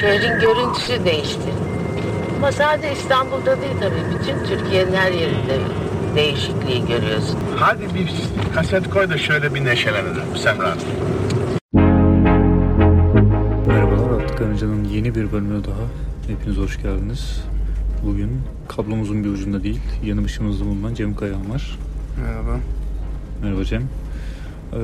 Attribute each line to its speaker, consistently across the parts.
Speaker 1: Şehrin görüntüsü değişti. Ama sadece İstanbul'da değil tabii. Bütün Türkiye'nin her yerinde değişikliği görüyorsun.
Speaker 2: Hadi bir kaset koy da şöyle bir neşelenelim Semra.
Speaker 3: Merhabalar Atlı Karınca'nın yeni bir bölümüne daha hepiniz hoş geldiniz. Bugün kablomuzun bir ucunda değil, yanı başımızda bulunan Cem Kayan var.
Speaker 2: Merhaba.
Speaker 3: Merhaba Cem. Ee,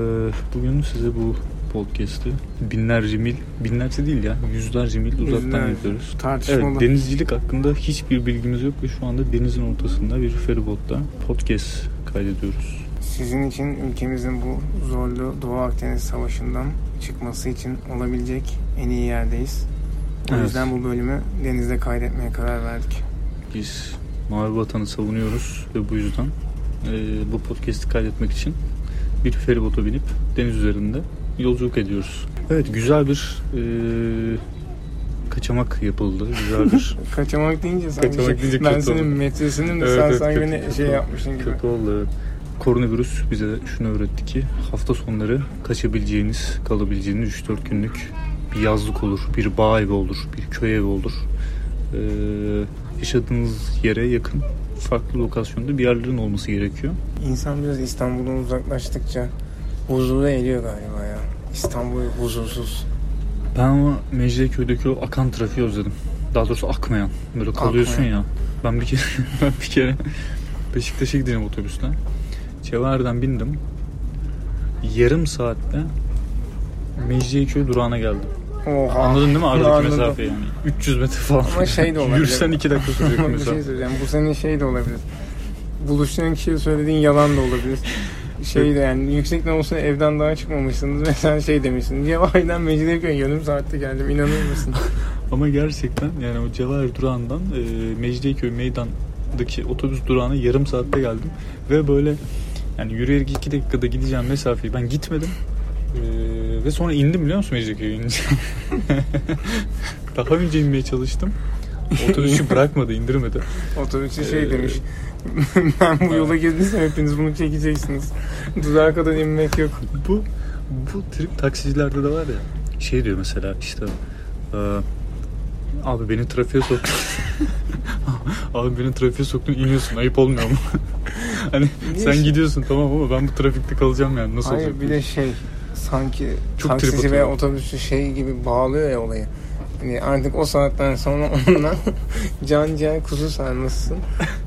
Speaker 3: bugün size bu podcast'ı binlerce mil, binlerce değil ya, yüzlerce mil uzaktan
Speaker 4: Yüzlerce.
Speaker 3: yapıyoruz.
Speaker 4: Tartışmalı.
Speaker 3: Evet, denizcilik hakkında hiçbir bilgimiz yok ve şu anda denizin ortasında bir feribotta podcast kaydediyoruz.
Speaker 4: Sizin için ülkemizin bu zorlu Doğu Akdeniz Savaşı'ndan çıkması için olabilecek en iyi yerdeyiz. O
Speaker 3: Evet.
Speaker 4: yüzden bu bölümü denizde kaydetmeye karar verdik.
Speaker 3: Biz mavi vatanı savunuyoruz ve bu yüzden e, bu podcast'i kaydetmek için bir feribota binip deniz üzerinde yolculuk ediyoruz. Evet güzel bir e, kaçamak yapıldı. Güzel bir
Speaker 4: Kaçamak deyince sanki
Speaker 3: Kaçamak
Speaker 4: şey-
Speaker 3: deyince
Speaker 4: ben
Speaker 3: kötü
Speaker 4: senin
Speaker 3: oldu.
Speaker 4: metresinin de
Speaker 3: Evet,
Speaker 4: sen
Speaker 3: evet,
Speaker 4: sanki
Speaker 3: kötü,
Speaker 4: beni
Speaker 3: kötü
Speaker 4: şey
Speaker 3: oldu.
Speaker 4: yapmışsın gibi.
Speaker 3: kötü oldu. Koronavirüs bize şunu öğretti ki hafta sonları kaçabileceğiniz, kalabileceğiniz 3-4 günlük bir yazlık olur, bir bağ evi olur, bir köy evi olur. E, yaşadığınız yere yakın farklı lokasyonda bir yerlerin olması gerekiyor.
Speaker 4: İnsan biraz İstanbul'dan uzaklaştıkça huzura eriyor galiba ya. İstanbul huzursuz.
Speaker 3: Ben ama Mecidiyeköy'deki o akan trafiği özledim. Daha doğrusu akmayan. Böyle kalıyorsun
Speaker 4: Akmayan.
Speaker 3: ya. Ben bir kere ben bir kere Beşiktaş'a gideceğim otobüsle. Çevar'dan bindim. Yarım saatte Mecidiyeköy durağına geldim.
Speaker 4: Oha.
Speaker 3: Anladın değil mi aradaki
Speaker 4: Ah, Anladım.
Speaker 3: mesafe yani? 300 metre falan.
Speaker 4: Ama şey de olabilir.
Speaker 3: Yürüsen 2 dakika sürüyor
Speaker 4: bir
Speaker 3: mesela.
Speaker 4: şey söyleyeceğim. Bu senin şey de olabilir. Buluştuğun kişiye söylediğin yalan da olabilir. Şey de yani yüksek olsa evden daha çıkmamışsınız ve sen şey demişsin. Ya ailem Mecidiyeköy yarım saatte geldim inanır mısın?
Speaker 3: Ama gerçekten yani o Cevahir durağından e, Mecidiyeköy meydandaki otobüs durağına yarım saatte geldim. Ve böyle yani yürüyerek iki dakikada gideceğim mesafeyi ben gitmedim. E, ve sonra indim biliyor musun Mecidiyeköy'e inince? Daha önce inmeye çalıştım. Otobüsü bırakmadı, indirmedi.
Speaker 4: Otobüsçü şey
Speaker 3: Ee,
Speaker 4: demiş. ben bu yola girdiysem hepiniz bunu çekeceksiniz. Dudağa kadar inmek yok.
Speaker 3: Bu bu trip taksicilerde de var ya. Şey diyor mesela işte e, abi beni trafiğe soktun. abi beni trafiğe soktun iniyorsun ayıp olmuyor mu? hani
Speaker 4: Niye
Speaker 3: sen
Speaker 4: işte?
Speaker 3: gidiyorsun tamam ama ben bu trafikte kalacağım yani nasıl
Speaker 4: Hayır
Speaker 3: olacak?
Speaker 4: bir de şey sanki
Speaker 3: Çok trip
Speaker 4: taksici
Speaker 3: atıyor.
Speaker 4: ve otobüsçü şey gibi bağlıyor ya olayı. Hani artık o saatten sonra onunla can ciğer kuzu sarmışsın.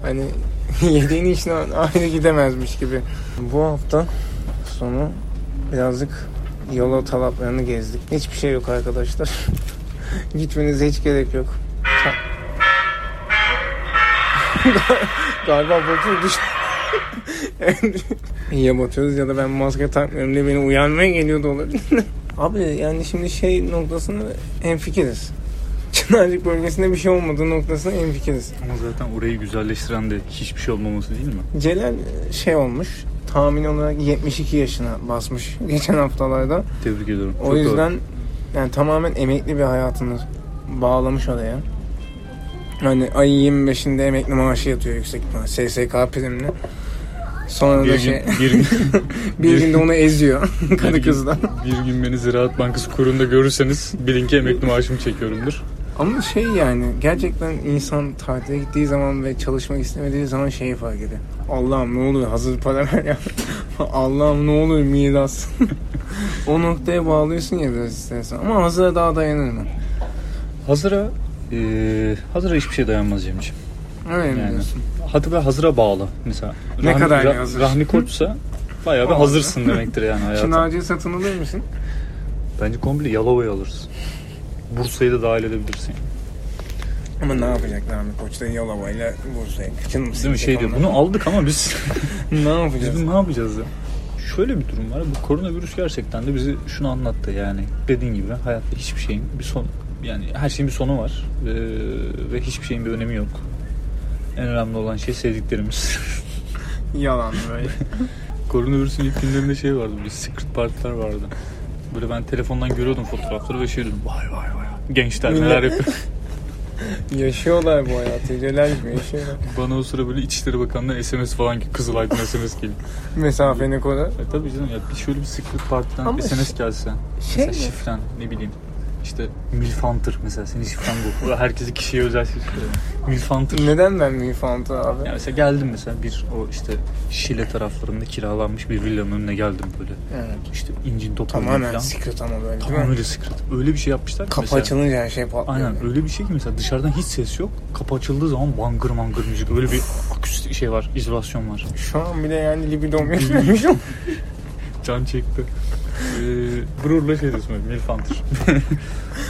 Speaker 4: Hani yediğin işine ayrı gidemezmiş gibi. Bu hafta sonu birazcık yola talaplarını gezdik. Hiçbir şey yok arkadaşlar. Gitmenize hiç gerek yok. Galiba Batur düş. ya batıyoruz ya da ben maske takmıyorum diye beni uyanmaya geliyordu olabilir. Abi yani şimdi şey noktasında hemfikiriz. Çınarcık bölgesinde bir şey olmadığı noktasında hemfikiriz.
Speaker 3: Ama zaten orayı güzelleştiren de hiçbir şey olmaması değil mi?
Speaker 4: Celal şey olmuş. Tahmin olarak 72 yaşına basmış geçen haftalarda.
Speaker 3: Tebrik ediyorum.
Speaker 4: O
Speaker 3: Çok doğru.
Speaker 4: yüzden yani tamamen emekli bir hayatını bağlamış oraya. Hani ayın 25'inde emekli maaşı yatıyor yüksek ihtimal. SSK primli. Sonra
Speaker 3: bir
Speaker 4: da
Speaker 3: gün,
Speaker 4: şey
Speaker 3: bir gün,
Speaker 4: bir günde onu eziyor
Speaker 3: bir
Speaker 4: karı
Speaker 3: gün-
Speaker 4: kızdan.
Speaker 3: bir gün beni Ziraat Bankası kurunda görürseniz bilin ki emekli maaşımı çekiyorumdur.
Speaker 4: Ama şey yani gerçekten insan tatile gittiği zaman ve çalışmak istemediği zaman şeyi fark ediyor. Allah'ım ne olur hazır para ver ya. Allah'ım ne olur miras. o noktaya bağlıyorsun ya biraz istersen. Ama hazıra daha dayanır mı?
Speaker 3: Hazıra e, hazıra hiçbir şey dayanmaz Cemciğim.
Speaker 4: Öyle mi
Speaker 3: Yani.
Speaker 4: diyorsun?
Speaker 3: Hatta böyle hazıra bağlı mesela.
Speaker 4: Ne kadar
Speaker 3: Ra-
Speaker 4: hazır?
Speaker 3: Rahmi Koç'sa bayağı bir
Speaker 4: Olmaz.
Speaker 3: hazırsın demektir yani hayata.
Speaker 4: Çınarcı'yı satın alır mısın?
Speaker 3: Bence komple Yalova'yı alırız. Bursa'yı da dahil edebilirsin.
Speaker 4: Ama ne yapacaklar Ahmet Koç'ta Yalova ile Bursa'ya? Kıçın mısın?
Speaker 3: Bizim şey diyor, bunu aldık ama biz
Speaker 4: ne
Speaker 3: biz
Speaker 4: yapacağız?
Speaker 3: bunu ne yapacağız ya? Şöyle bir durum var. Bu koronavirüs gerçekten de bizi şunu anlattı yani. Dediğin gibi hayatta hiçbir şeyin bir son yani her şeyin bir sonu var. Ee, ve hiçbir şeyin bir önemi yok. En önemli olan şey sevdiklerimiz.
Speaker 4: Yalan böyle.
Speaker 3: Koronavirüsün ilk günlerinde şey vardı böyle secret partiler vardı. Böyle ben telefondan görüyordum fotoğrafları ve şey diyordum vay vay vay. Gençler neler yapıyor.
Speaker 4: Yaşıyorlar bu hayatı. Celal gibi yaşıyorlar.
Speaker 3: Bana o sıra böyle İçişleri Bakanlığı SMS falan ki Kızılay'dan SMS geliyor.
Speaker 4: Mesafeni koru.
Speaker 3: E tabii canım ya bir şöyle bir secret partiden
Speaker 4: Ama
Speaker 3: SMS gelse.
Speaker 4: Şey
Speaker 3: mesela şifren ne bileyim. İşte Milfanter mesela senin şifren bu. Herkesi kişiye özel şey seçiyor. Milfanter.
Speaker 4: Neden ben bir fanta abi?
Speaker 3: Yani mesela geldim mesela bir o işte Şile taraflarında kiralanmış bir villanın önüne geldim böyle.
Speaker 4: Evet.
Speaker 3: İşte incin top oynuyor
Speaker 4: Tamamen
Speaker 3: falan.
Speaker 4: secret ama böyle değil
Speaker 3: Tamam
Speaker 4: mi?
Speaker 3: öyle secret. Öyle bir şey yapmışlar ki
Speaker 4: Kapı
Speaker 3: mesela.
Speaker 4: açılınca her şey patlıyor.
Speaker 3: Aynen öyle bir şey ki mesela dışarıdan hiç ses yok. Kapı açıldığı zaman bangır mangır müzik. Öyle bir akustik şey var. izolasyon var.
Speaker 4: Şu an bile yani libidom yaşıyormuş ama
Speaker 3: Can çekti. Ee, gururla şey diyorsun böyle Milfanter.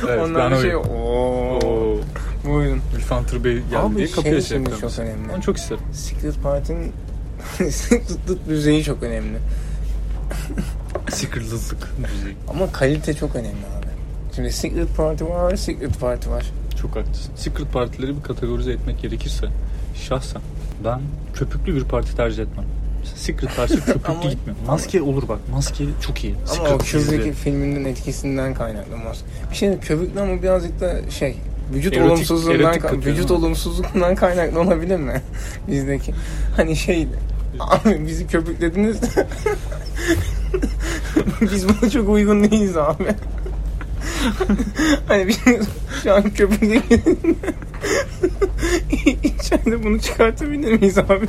Speaker 3: evet,
Speaker 4: ondan
Speaker 3: ben
Speaker 4: şey
Speaker 3: öyle-
Speaker 4: ooo
Speaker 3: Oo,
Speaker 4: buyurun.
Speaker 3: Milfanter Bey geldi
Speaker 4: Abi
Speaker 3: diye
Speaker 4: şey
Speaker 3: kapıya
Speaker 4: için
Speaker 3: şey
Speaker 4: de çok önemli.
Speaker 3: Onu çok isterim.
Speaker 4: Secret Party'nin Secretlık düzeyi çok önemli.
Speaker 3: Sıkırlılık müzik.
Speaker 4: Ama kalite çok önemli abi. Şimdi Secret Party var, Secret Party var.
Speaker 3: Çok haklısın. Secret partileri bir kategorize etmek gerekirse şahsen ben köpüklü bir parti tercih etmem. Mesela Secret Party
Speaker 4: Ama-
Speaker 3: köpüklü gitmiyor. Maske olur bak. Maske çok iyi.
Speaker 4: Ama
Speaker 3: Secret
Speaker 4: o kızdaki
Speaker 3: değildi.
Speaker 4: filminin etkisinden kaynaklı mas. Bir şey de köpüklü ama birazcık da şey vücut
Speaker 3: Erotik-
Speaker 4: olumsuzluğundan
Speaker 3: erotik katıyor
Speaker 4: vücut
Speaker 3: değil mi?
Speaker 4: olumsuzluğundan kaynaklı olabilir mi? Bizdeki hani şey abi bizi köpüklediniz. Biz buna çok uygun değiliz abi. hani biz şu an köpükleyelim. İçeride bunu çıkartabilir miyiz abi?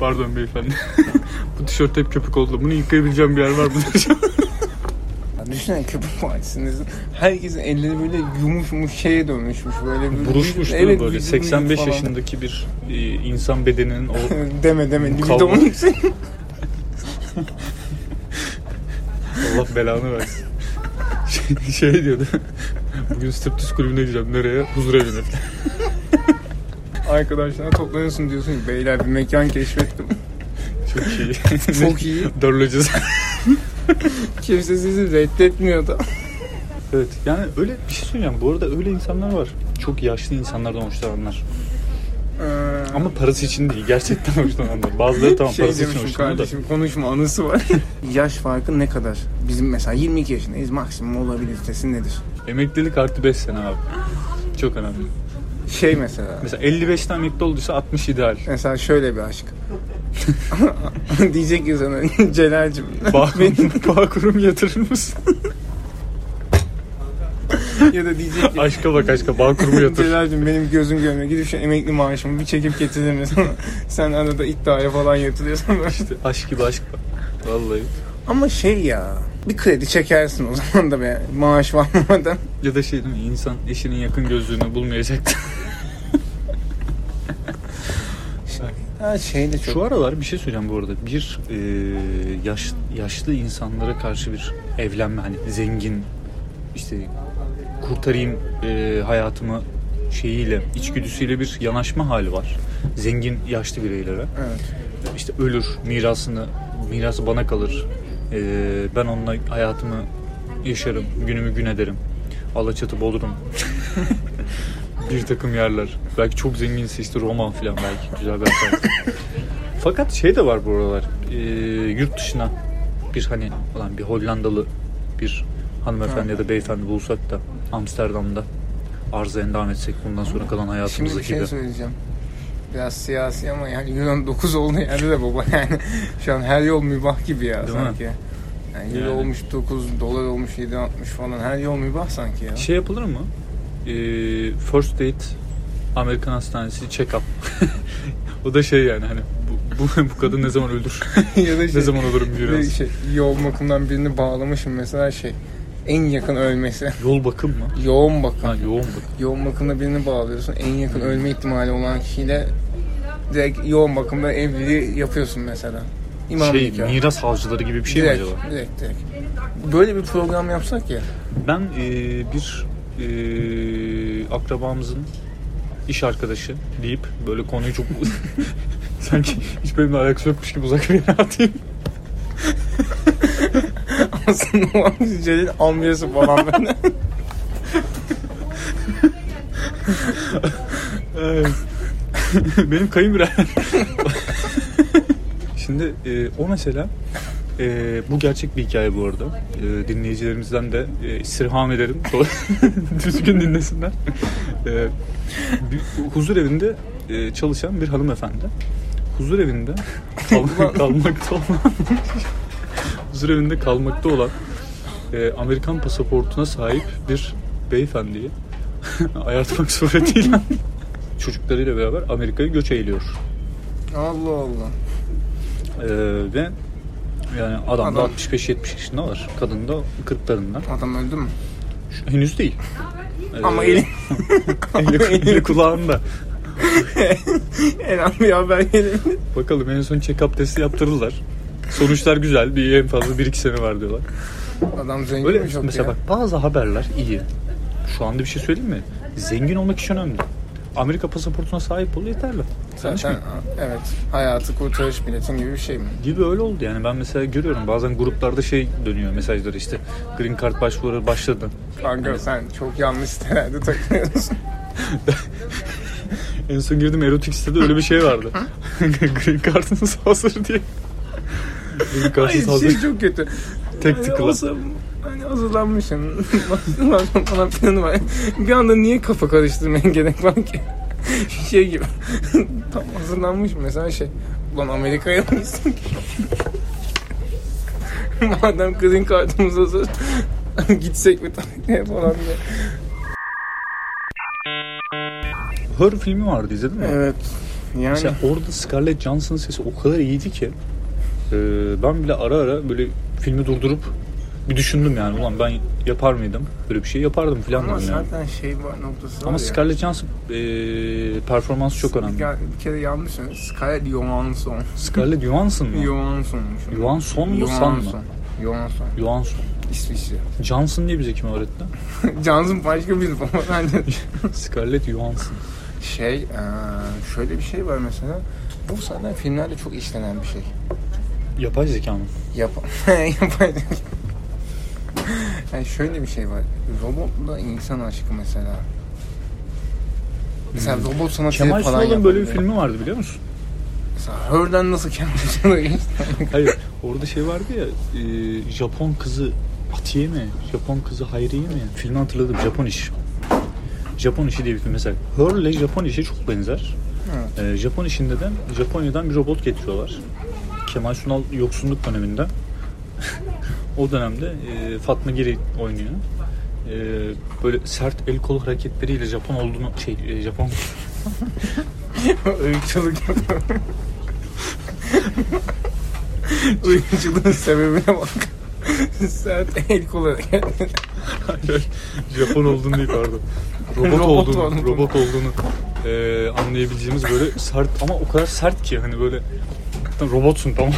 Speaker 3: Pardon beyefendi. Bu tişört hep köpük oldu. Bunu yıkayabileceğim bir yer var mı?
Speaker 4: Ya Düşünsene köpük partisindesin. Herkesin elleri böyle yumuşmuş şeye dönmüşmüş. Böyle bir-
Speaker 3: Buruşmuş değil mi
Speaker 4: Evet,
Speaker 3: böyle?
Speaker 4: vücut
Speaker 3: 85
Speaker 4: falan.
Speaker 3: yaşındaki bir e, insan bedeninin o
Speaker 4: deme deme. Libidomu
Speaker 3: Kavga.
Speaker 4: yüksek.
Speaker 3: Allah belanı versin. Şey, şey diyordu. Bugün striptiz kulübüne gideceğim. Nereye? Huzur evine.
Speaker 4: Arkadaşlarına toplanıyorsun diyorsun ki beyler bir mekan keşfettim.
Speaker 3: Çok iyi.
Speaker 4: Çok iyi.
Speaker 3: Darılacağız.
Speaker 4: Kimse sizi reddetmiyor da.
Speaker 3: Evet yani öyle bir şey söyleyeceğim. Bu arada öyle insanlar var. Çok yaşlı insanlardan hoşlananlar.
Speaker 4: Ee,
Speaker 3: Ama parası için değil. Gerçekten hoşlananlar. Bazıları tamam
Speaker 4: şey
Speaker 3: parası için
Speaker 4: demişim
Speaker 3: hoşlanıyor da.
Speaker 4: kardeşim konuşma anısı var. Yaş farkı ne kadar? Bizim mesela 22 yaşındayız maksimum olabilitesi nedir?
Speaker 3: Emeklilik artı 5 sene abi. Çok önemli.
Speaker 4: Şey mesela.
Speaker 3: Mesela 55'ten emekli olduysa 60 ideal.
Speaker 4: Mesela şöyle bir aşk. Diyecek ki sana Celal'cim
Speaker 3: Bağ, bağ kurum yatırır mısın?
Speaker 4: ya da diyecek ki
Speaker 3: aşka bak aşka. Bağ kurumu yatır.
Speaker 4: Celal'cim benim gözüm görmüyor. Gidip şu emekli maaşımı bir çekip getirir misin? Sen arada iddiaya falan yatırıyorsun böyle.
Speaker 3: İşte aşk gibi aşk bak. Vallahi.
Speaker 4: Ama şey ya bir kredi çekersin o zaman da be maaş var olmadan.
Speaker 3: Ya da şey değil mi? İnsan eşinin yakın gözlüğünü bulmayacak.
Speaker 4: Ha şey de çok.
Speaker 3: Şu aralar bir şey söyleyeceğim bu arada. Bir e, yaş, yaşlı insanlara karşı bir evlenme hani zengin işte kurtarayım e, hayatımı şeyiyle içgüdüsüyle bir yanaşma hali var. Zengin yaşlı bireylere.
Speaker 4: Evet.
Speaker 3: İşte ölür mirasını mirası bana kalır. E, ben onunla hayatımı yaşarım. Günümü gün ederim. Alaçatı Bodrum. bir takım yerler. Belki çok zenginse işte Roma falan belki güzel bir hayat. Fakat şey de var bu aralar. Ee, yurt dışına bir hani falan bir Hollandalı bir hanımefendi ya da beyefendi bulsak da Amsterdam'da arzaya endam etsek bundan sonra kalan
Speaker 4: Şimdi bir
Speaker 3: hayatımızdaki
Speaker 4: şey
Speaker 3: de-
Speaker 4: söyleyeceğim. Biraz siyasi ama yani Yunan 9 olduğu yerde de baba yani. Şu an her yol mübah gibi ya
Speaker 3: Değil mi?
Speaker 4: sanki. Yani, euro
Speaker 3: Yani.
Speaker 4: olmuş 9, dolar olmuş 7.60 falan her yol mübah sanki ya.
Speaker 3: Şey yapılır mı? Ee, first date Amerikan hastanesi check up. o da şey yani hani bu, bu, bu kadın ne zaman ölür?
Speaker 4: ya da şey,
Speaker 3: ne zaman olurum
Speaker 4: bir de
Speaker 3: biraz.
Speaker 4: şey, yoğun bakımdan birini bağlamışım mesela şey en yakın ölmesi.
Speaker 3: Yol bakım mı?
Speaker 4: Yoğun bakım.
Speaker 3: Ha yoğun bakım.
Speaker 4: yoğun bakımda birini bağlıyorsun. En yakın ölme ihtimali olan kişiyle direkt yoğun bakımda evliliği yapıyorsun mesela. İmam
Speaker 3: şey
Speaker 4: nikahı.
Speaker 3: miras avcıları gibi bir şey
Speaker 4: direkt,
Speaker 3: mi acaba?
Speaker 4: direkt, direkt. Böyle bir program yapsak ya.
Speaker 3: Ben eee, bir eee, akrabamızın iş arkadaşı deyip böyle konuyu çok sanki hiç benimle alakası yokmuş gibi uzak bir yere atayım.
Speaker 4: Aslında o an Celil amcası falan böyle.
Speaker 3: Evet. Benim kayınbirader. Şimdi e, o mesela e, bu gerçek bir hikaye bu arada. E, dinleyicilerimizden de e, istirham ederim. Düzgün dinlesinler. E, bir huzur evinde e, çalışan bir hanımefendi. Huzur evinde kal- kalmakta olan huzur evinde kalmakta olan e, Amerikan pasaportuna sahip bir beyefendiyi ayartmak suretiyle çocuklarıyla beraber Amerika'ya göç eğiliyor.
Speaker 4: Allah Allah.
Speaker 3: E, ve yani adam da
Speaker 4: Adam.
Speaker 3: 65-70 yaşındalar. Kadın da 40'larında.
Speaker 4: Adam öldü mü?
Speaker 3: Şu- Henüz değil.
Speaker 4: Ama
Speaker 3: Ee,
Speaker 4: eli,
Speaker 3: eli- eli kulağında.
Speaker 4: Eren bir haber gelebilir.
Speaker 3: Bakalım en son check-up testi yaptırırlar. Sonuçlar güzel. Bir en fazla 1-2 sene var diyorlar.
Speaker 4: Adam zengin
Speaker 3: Öyle
Speaker 4: çok
Speaker 3: mesela
Speaker 4: ya.
Speaker 3: bak bazı haberler iyi. Şu anda bir şey söyleyeyim mi? Zengin olmak için önemli. Yanlış Amerika pasaportuna sahip ol yeterli. Yanlış
Speaker 4: Zaten
Speaker 3: mı?
Speaker 4: evet hayatı kurtarış biletin gibi bir şey mi?
Speaker 3: Gibi öyle oldu yani ben mesela görüyorum bazen gruplarda şey dönüyor mesajları işte green card başvuruları başladı.
Speaker 4: Kanka sen çok yanlış sitelerde takılıyorsun.
Speaker 3: En son girdim erotik sitede öyle bir şey vardı. green card'ınız hazır diye. green
Speaker 4: Ay
Speaker 3: card'ınız hazır.
Speaker 4: şey çok kötü.
Speaker 3: Tek tıkla.
Speaker 4: Hani olsa- Hani hazırlanmışsın. Bazen falan planı var. Bir anda niye kafa karıştırmaya gerek var ki? şey gibi. Tam hazırlanmış mesela şey. Ulan Amerika'ya mı gitsin ki? Madem green kartımız hazır. gitsek mi tatile falan diye.
Speaker 3: Her filmi vardı izledin mi?
Speaker 4: Evet. Yani
Speaker 3: Mesela orada Scarlett Johansson'ın sesi o kadar iyiydi ki e, ben bile ara ara böyle filmi durdurup bir düşündüm yani ulan ben yapar mıydım böyle bir şey yapardım falan
Speaker 4: ama
Speaker 3: dedim yani.
Speaker 4: zaten şey var noktası var
Speaker 3: Ama
Speaker 4: ya.
Speaker 3: Scarlett Johansson e, performansı çok önemli.
Speaker 4: Ya Bir kere yanlış söyledim. Scarlett Johansson.
Speaker 3: Scarlett Johansson mu?
Speaker 4: Johansson'muş.
Speaker 3: Johansson mu San mı?
Speaker 4: Johansson.
Speaker 3: Johansson.
Speaker 4: İsviçre.
Speaker 3: Johnson diye bize kim öğretti?
Speaker 4: Johnson başka bir baba bence.
Speaker 3: Scarlett Johansson.
Speaker 4: Şey, eee, şöyle bir şey var mesela. Bu zaten filmlerde çok işlenen bir şey.
Speaker 3: Yapay zeka mı?
Speaker 4: Yap yapay yani şöyle bir şey var. Robotla insan aşkı mesela. Mesela robot sanatı
Speaker 3: Hmm. Kemal
Speaker 4: falan
Speaker 3: Sunal'ın böyle bir
Speaker 4: yapabilir.
Speaker 3: filmi vardı biliyor musun?
Speaker 4: Mesela Her'den nasıl kendisine geçti?
Speaker 3: Hayır orada şey vardı ya e, Japon kızı Atiye mi? Japon kızı Hayriye mi? Filmi hatırladım Japon iş. Japon işi diye bir film mesela. Hurley Japon işi çok benzer. E, Japon işinde de Japonya'dan bir robot getiriyorlar. Kemal Sunal yoksunluk döneminde. o dönemde e, Fatma Giri oynuyor. E, böyle sert el kol hareketleriyle Japon olduğunu şey e, Japon
Speaker 4: Öykçülük yapıyor. Öykçülüğün sebebine bak. Sert el kol hareketleri.
Speaker 3: Hayır, Japon olduğunu değil pardon. Robot,
Speaker 4: Robot
Speaker 3: olduğunu,
Speaker 4: olduğunu.
Speaker 3: robot olduğunu eee, anlayabileceğimiz böyle sert ama o kadar sert ki hani böyle "Lan robotsun tamam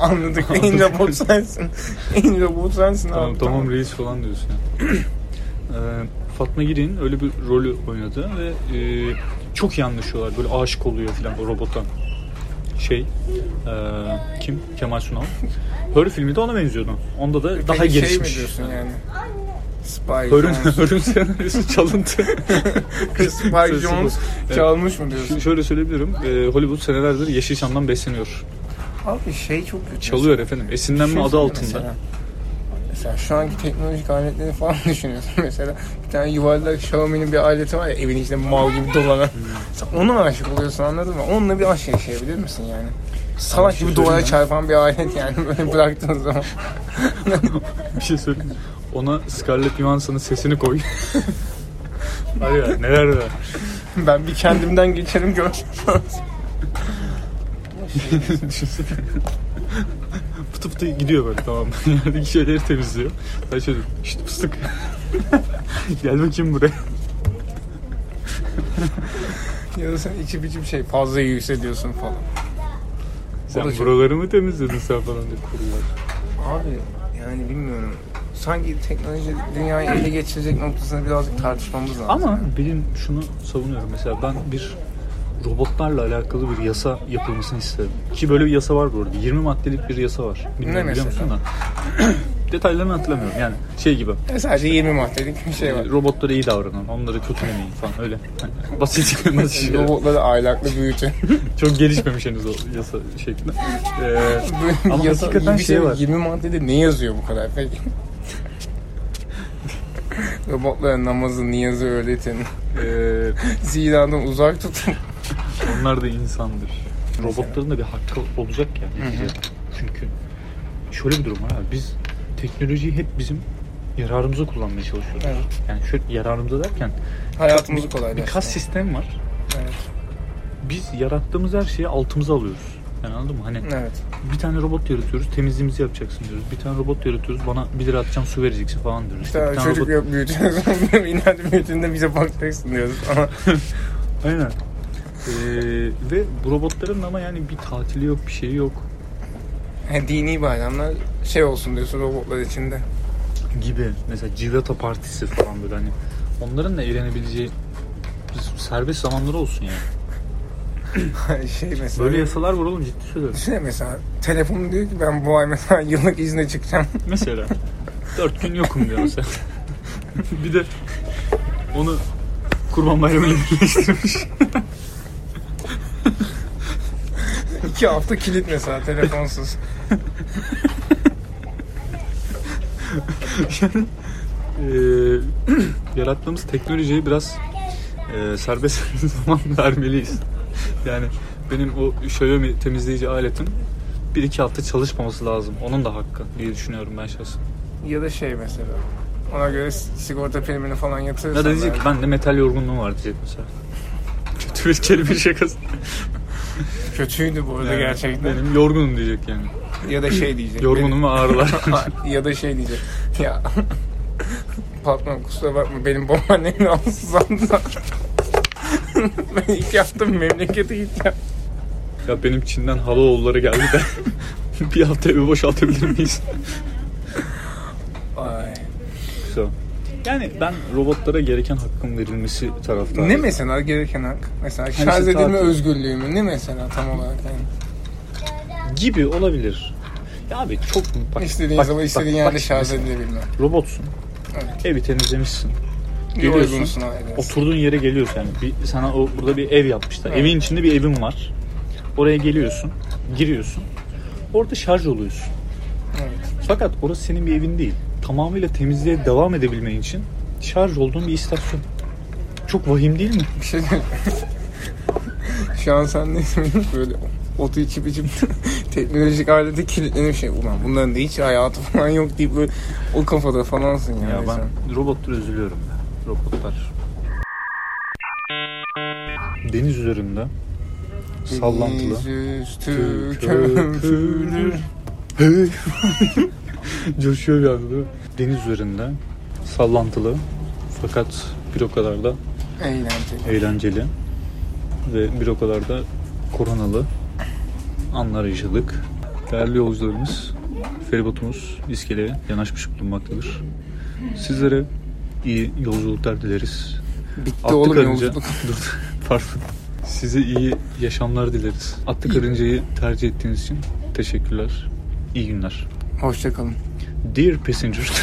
Speaker 4: Anladık. En robot sensin. En robot sensin
Speaker 3: tamam
Speaker 4: abi.
Speaker 3: tamam reis falan diyorsun. Yani. Eee, Fatma Giri'nin öyle bir rolü oynadı ve eee, çok iyi anlaşıyorlar böyle aşık oluyor falan o robota. Şey eee, kim? Kemal Sunal. Hör filmi de ona benziyordu. Onda da daha
Speaker 4: Peki
Speaker 3: gelişmiş.
Speaker 4: Şey mi diyorsun yani? Spy
Speaker 3: Hör'ün,
Speaker 4: Jones.
Speaker 3: Hör'ün senaryosu çalıntı.
Speaker 4: Spy Jones
Speaker 3: Evet.
Speaker 4: çalmış mı diyorsun?
Speaker 3: Ş- Şöyle söyleyebilirim. Ee, Hollywood senelerdir Yeşilçam'dan besleniyor.
Speaker 4: Abi şey çok kötü.
Speaker 3: Çalıyor efendim. Esinlenme
Speaker 4: Düşünsene
Speaker 3: adı altında.
Speaker 4: Mesela, mesela şu anki teknolojik aletleri falan düşünüyorsun. Mesela bir tane yuvarlak Xiaomi'nin bir aleti var ya evin içinde mal gibi
Speaker 3: Hmm.
Speaker 4: dolanan. Sen ona aşık oluyorsun anladın mı? Onunla bir aşk yaşayabilir misin yani? Salak gibi
Speaker 3: şey söyleyeyim
Speaker 4: duvara
Speaker 3: mi?
Speaker 4: çarpan bir alet yani böyle bıraktığın zaman.
Speaker 3: Bir şey söyleyeyim. mi? Ona Scarlett Johansson'ın sesini koy. Var ya neler var.
Speaker 4: Ben bir kendimden geçerim görsem.
Speaker 3: Düşünsene. pıtı pıtı gidiyor böyle tamam. Yerdeki şeyleri temizliyor. Ben şöyle işte fıstık. Gel bakayım buraya.
Speaker 4: ya da sen içip içip şey fazla iyi hissediyorsun falan.
Speaker 3: Sen
Speaker 4: da çok-
Speaker 3: buraları mı temizledin sen falan diye kuruyorlar.
Speaker 4: Abi yani bilmiyorum. Sanki teknoloji dünyayı ele geçirecek noktasını birazcık tartışmamız lazım.
Speaker 3: Ama benim şunu savunuyorum mesela ben bir robotlarla alakalı bir yasa yapılmasını isterim. Ki böyle bir yasa var bu arada. 20 maddelik bir yasa var. Bilmiyorum,
Speaker 4: Ne
Speaker 3: biliyor musun da? Detaylarını hatırlamıyorum. Yani şey gibi
Speaker 4: E, sadece 20 maddelik bir şey var.
Speaker 3: e, robotlara iyi davranan, onları kötülemeyin falan öyle. basit basit şey.
Speaker 4: Robotları aylaklı büyütün.
Speaker 3: Çok gelişmemiş henüz o yasa şeklinde. Ee,
Speaker 4: Böyle bir
Speaker 3: Ama
Speaker 4: yasa-
Speaker 3: hakikaten
Speaker 4: bir
Speaker 3: şey var.
Speaker 4: 20 maddede ne yazıyor bu kadar peki? Robotlara namazı, niyazı öğretin.
Speaker 3: e,
Speaker 4: Zinadan uzak tutun.
Speaker 3: Onlar da insandır. Robotların da bir hakkı olacak yani. neticede. Çünkü şöyle bir durum var abi. Biz teknolojiyi hep bizim yararımıza kullanmaya çalışıyoruz.
Speaker 4: Evet.
Speaker 3: Yani şöyle yararımıza derken
Speaker 4: Hayatımızı
Speaker 3: bir kas
Speaker 4: kolaylaştırıyor.
Speaker 3: sistem var.
Speaker 4: Evet.
Speaker 3: Biz yarattığımız her şeyi altımıza alıyoruz. Yani anladın mı? Hani
Speaker 4: Evet.
Speaker 3: bir tane robot yaratıyoruz, temizliğimizi yapacaksın diyoruz. Bir tane robot yaratıyoruz, bana 1 lira atacaksın, su vereceksin falan diyoruz. İşte
Speaker 4: İşte
Speaker 3: bir tane
Speaker 4: çocuk
Speaker 3: robot-
Speaker 4: yok büyüteceğiz. İnat büyüdüğünde bize bakacaksın diyoruz. Ama
Speaker 3: Aynen. Ee, ve bu robotların ama yani bir tatili yok, bir şeyi yok
Speaker 4: he, dini bayramlar şey olsun diyorsun robotlar içinde.
Speaker 3: gibi. Mesela Civata Partisi falan böyle hani. Onların da eğlenebileceği serbest zamanları olsun yani.
Speaker 4: şey mesela.
Speaker 3: Böyle yasalar var oğlum ciddi söylüyorum.
Speaker 4: Şey mesela telefon diyor ki ben bu ay mesela yıllık izne çıkacağım.
Speaker 3: Mesela dört gün yokum diyor mesela. bir de onu Kurban Bayramı ile birleştirmiş.
Speaker 4: İki hafta kilit mesela telefonsuz.
Speaker 3: Ee, yarattığımız teknolojiye biraz e, serbest zaman vermeliyiz. Yani benim o Xiaomi temizleyici aletin bir iki hafta çalışmaması lazım. Onun da hakkı diye düşünüyorum ben şahsen.
Speaker 4: ya da şey mesela. Ona göre s- sigorta primini falan yatırırsan.
Speaker 3: Ya da diyecek ki
Speaker 4: belki.
Speaker 3: ben de metal yorgunluğum var diyecek mesela. Kötü bir kelime şakası.
Speaker 4: Kötüydü bu arada
Speaker 3: Yani
Speaker 4: gerçekten.
Speaker 3: Benim yorgunum diyecek yani.
Speaker 4: Ya da şey diyecek.
Speaker 3: Yorgunum ve ağrılar.
Speaker 4: benim- ya da şey diyecek. Ya patron kusura bakma benim babaannem rahatsızlandı. ben iki hafta memlekete gideceğim.
Speaker 3: ya benim Çin'den halaoğulları geldi de bir hafta evi boşaltabilir miyiz?
Speaker 4: Ay.
Speaker 3: So. Yani ben robotlara gereken hakkın verilmesi taraftarıyım.
Speaker 4: Ne mesela gereken hak? Mesela
Speaker 3: işte
Speaker 4: şarj edilme
Speaker 3: tatil.
Speaker 4: özgürlüğü mü? Ne mesela tam olarak yani?
Speaker 3: gibi olabilir. Ya abi çok bak,
Speaker 4: İstediğin
Speaker 3: bak,
Speaker 4: zaman
Speaker 3: bak,
Speaker 4: istediğin
Speaker 3: bak
Speaker 4: yerde
Speaker 3: şimdi
Speaker 4: şarj
Speaker 3: mesela
Speaker 4: edilebilme.
Speaker 3: Robotsun.
Speaker 4: Evet.
Speaker 3: Evi temizlemişsin. Geliyorsun.
Speaker 4: Yorgunsun ailesi.
Speaker 3: Oturduğun yere geliyorsun yani. Bir, sana o, burada bir ev yapmışlar. Evin içinde bir evin var. Oraya geliyorsun. Giriyorsun. Orada şarj oluyorsun.
Speaker 4: Evet.
Speaker 3: Fakat orası senin bir evin değil. Tamamıyla temizliğe devam edebilmen için şarj olduğun bir istasyon. Çok vahim değil mi?
Speaker 4: Bir şey diyeyim. Şu an sen ne böyle otu içip içip teknolojik alete kilitlenip şey ulan bunların da hiç hayatı falan yok deyip böyle o kafada falansın yani.
Speaker 3: ya
Speaker 4: sen.
Speaker 3: ben robotlara üzülüyorum ya. Robotlar. Deniz üzerinde sallantılı.
Speaker 4: Yüzüstü köpürür.
Speaker 3: Hey! Coşuyor bir anda değil mi? Deniz üzerinde sallantılı fakat bir o kadar da
Speaker 4: Eğlenceli.
Speaker 3: eğlenceli ve bir o kadar da koronalı anlar yaşadık. Değerli yolcularımız, feribotumuz iskeleye yanaşmış bulunmaktadır. Sizlere iyi yolculuklar dileriz.
Speaker 4: Bitti
Speaker 3: Attı
Speaker 4: oğlum
Speaker 3: karınca-
Speaker 4: yolculuk.
Speaker 3: Dur, pardon. Size iyi yaşamlar dileriz. Attı karıncayı tercih ettiğiniz için teşekkürler. İyi günler.
Speaker 4: Hoşçakalın.
Speaker 3: Dear passenger.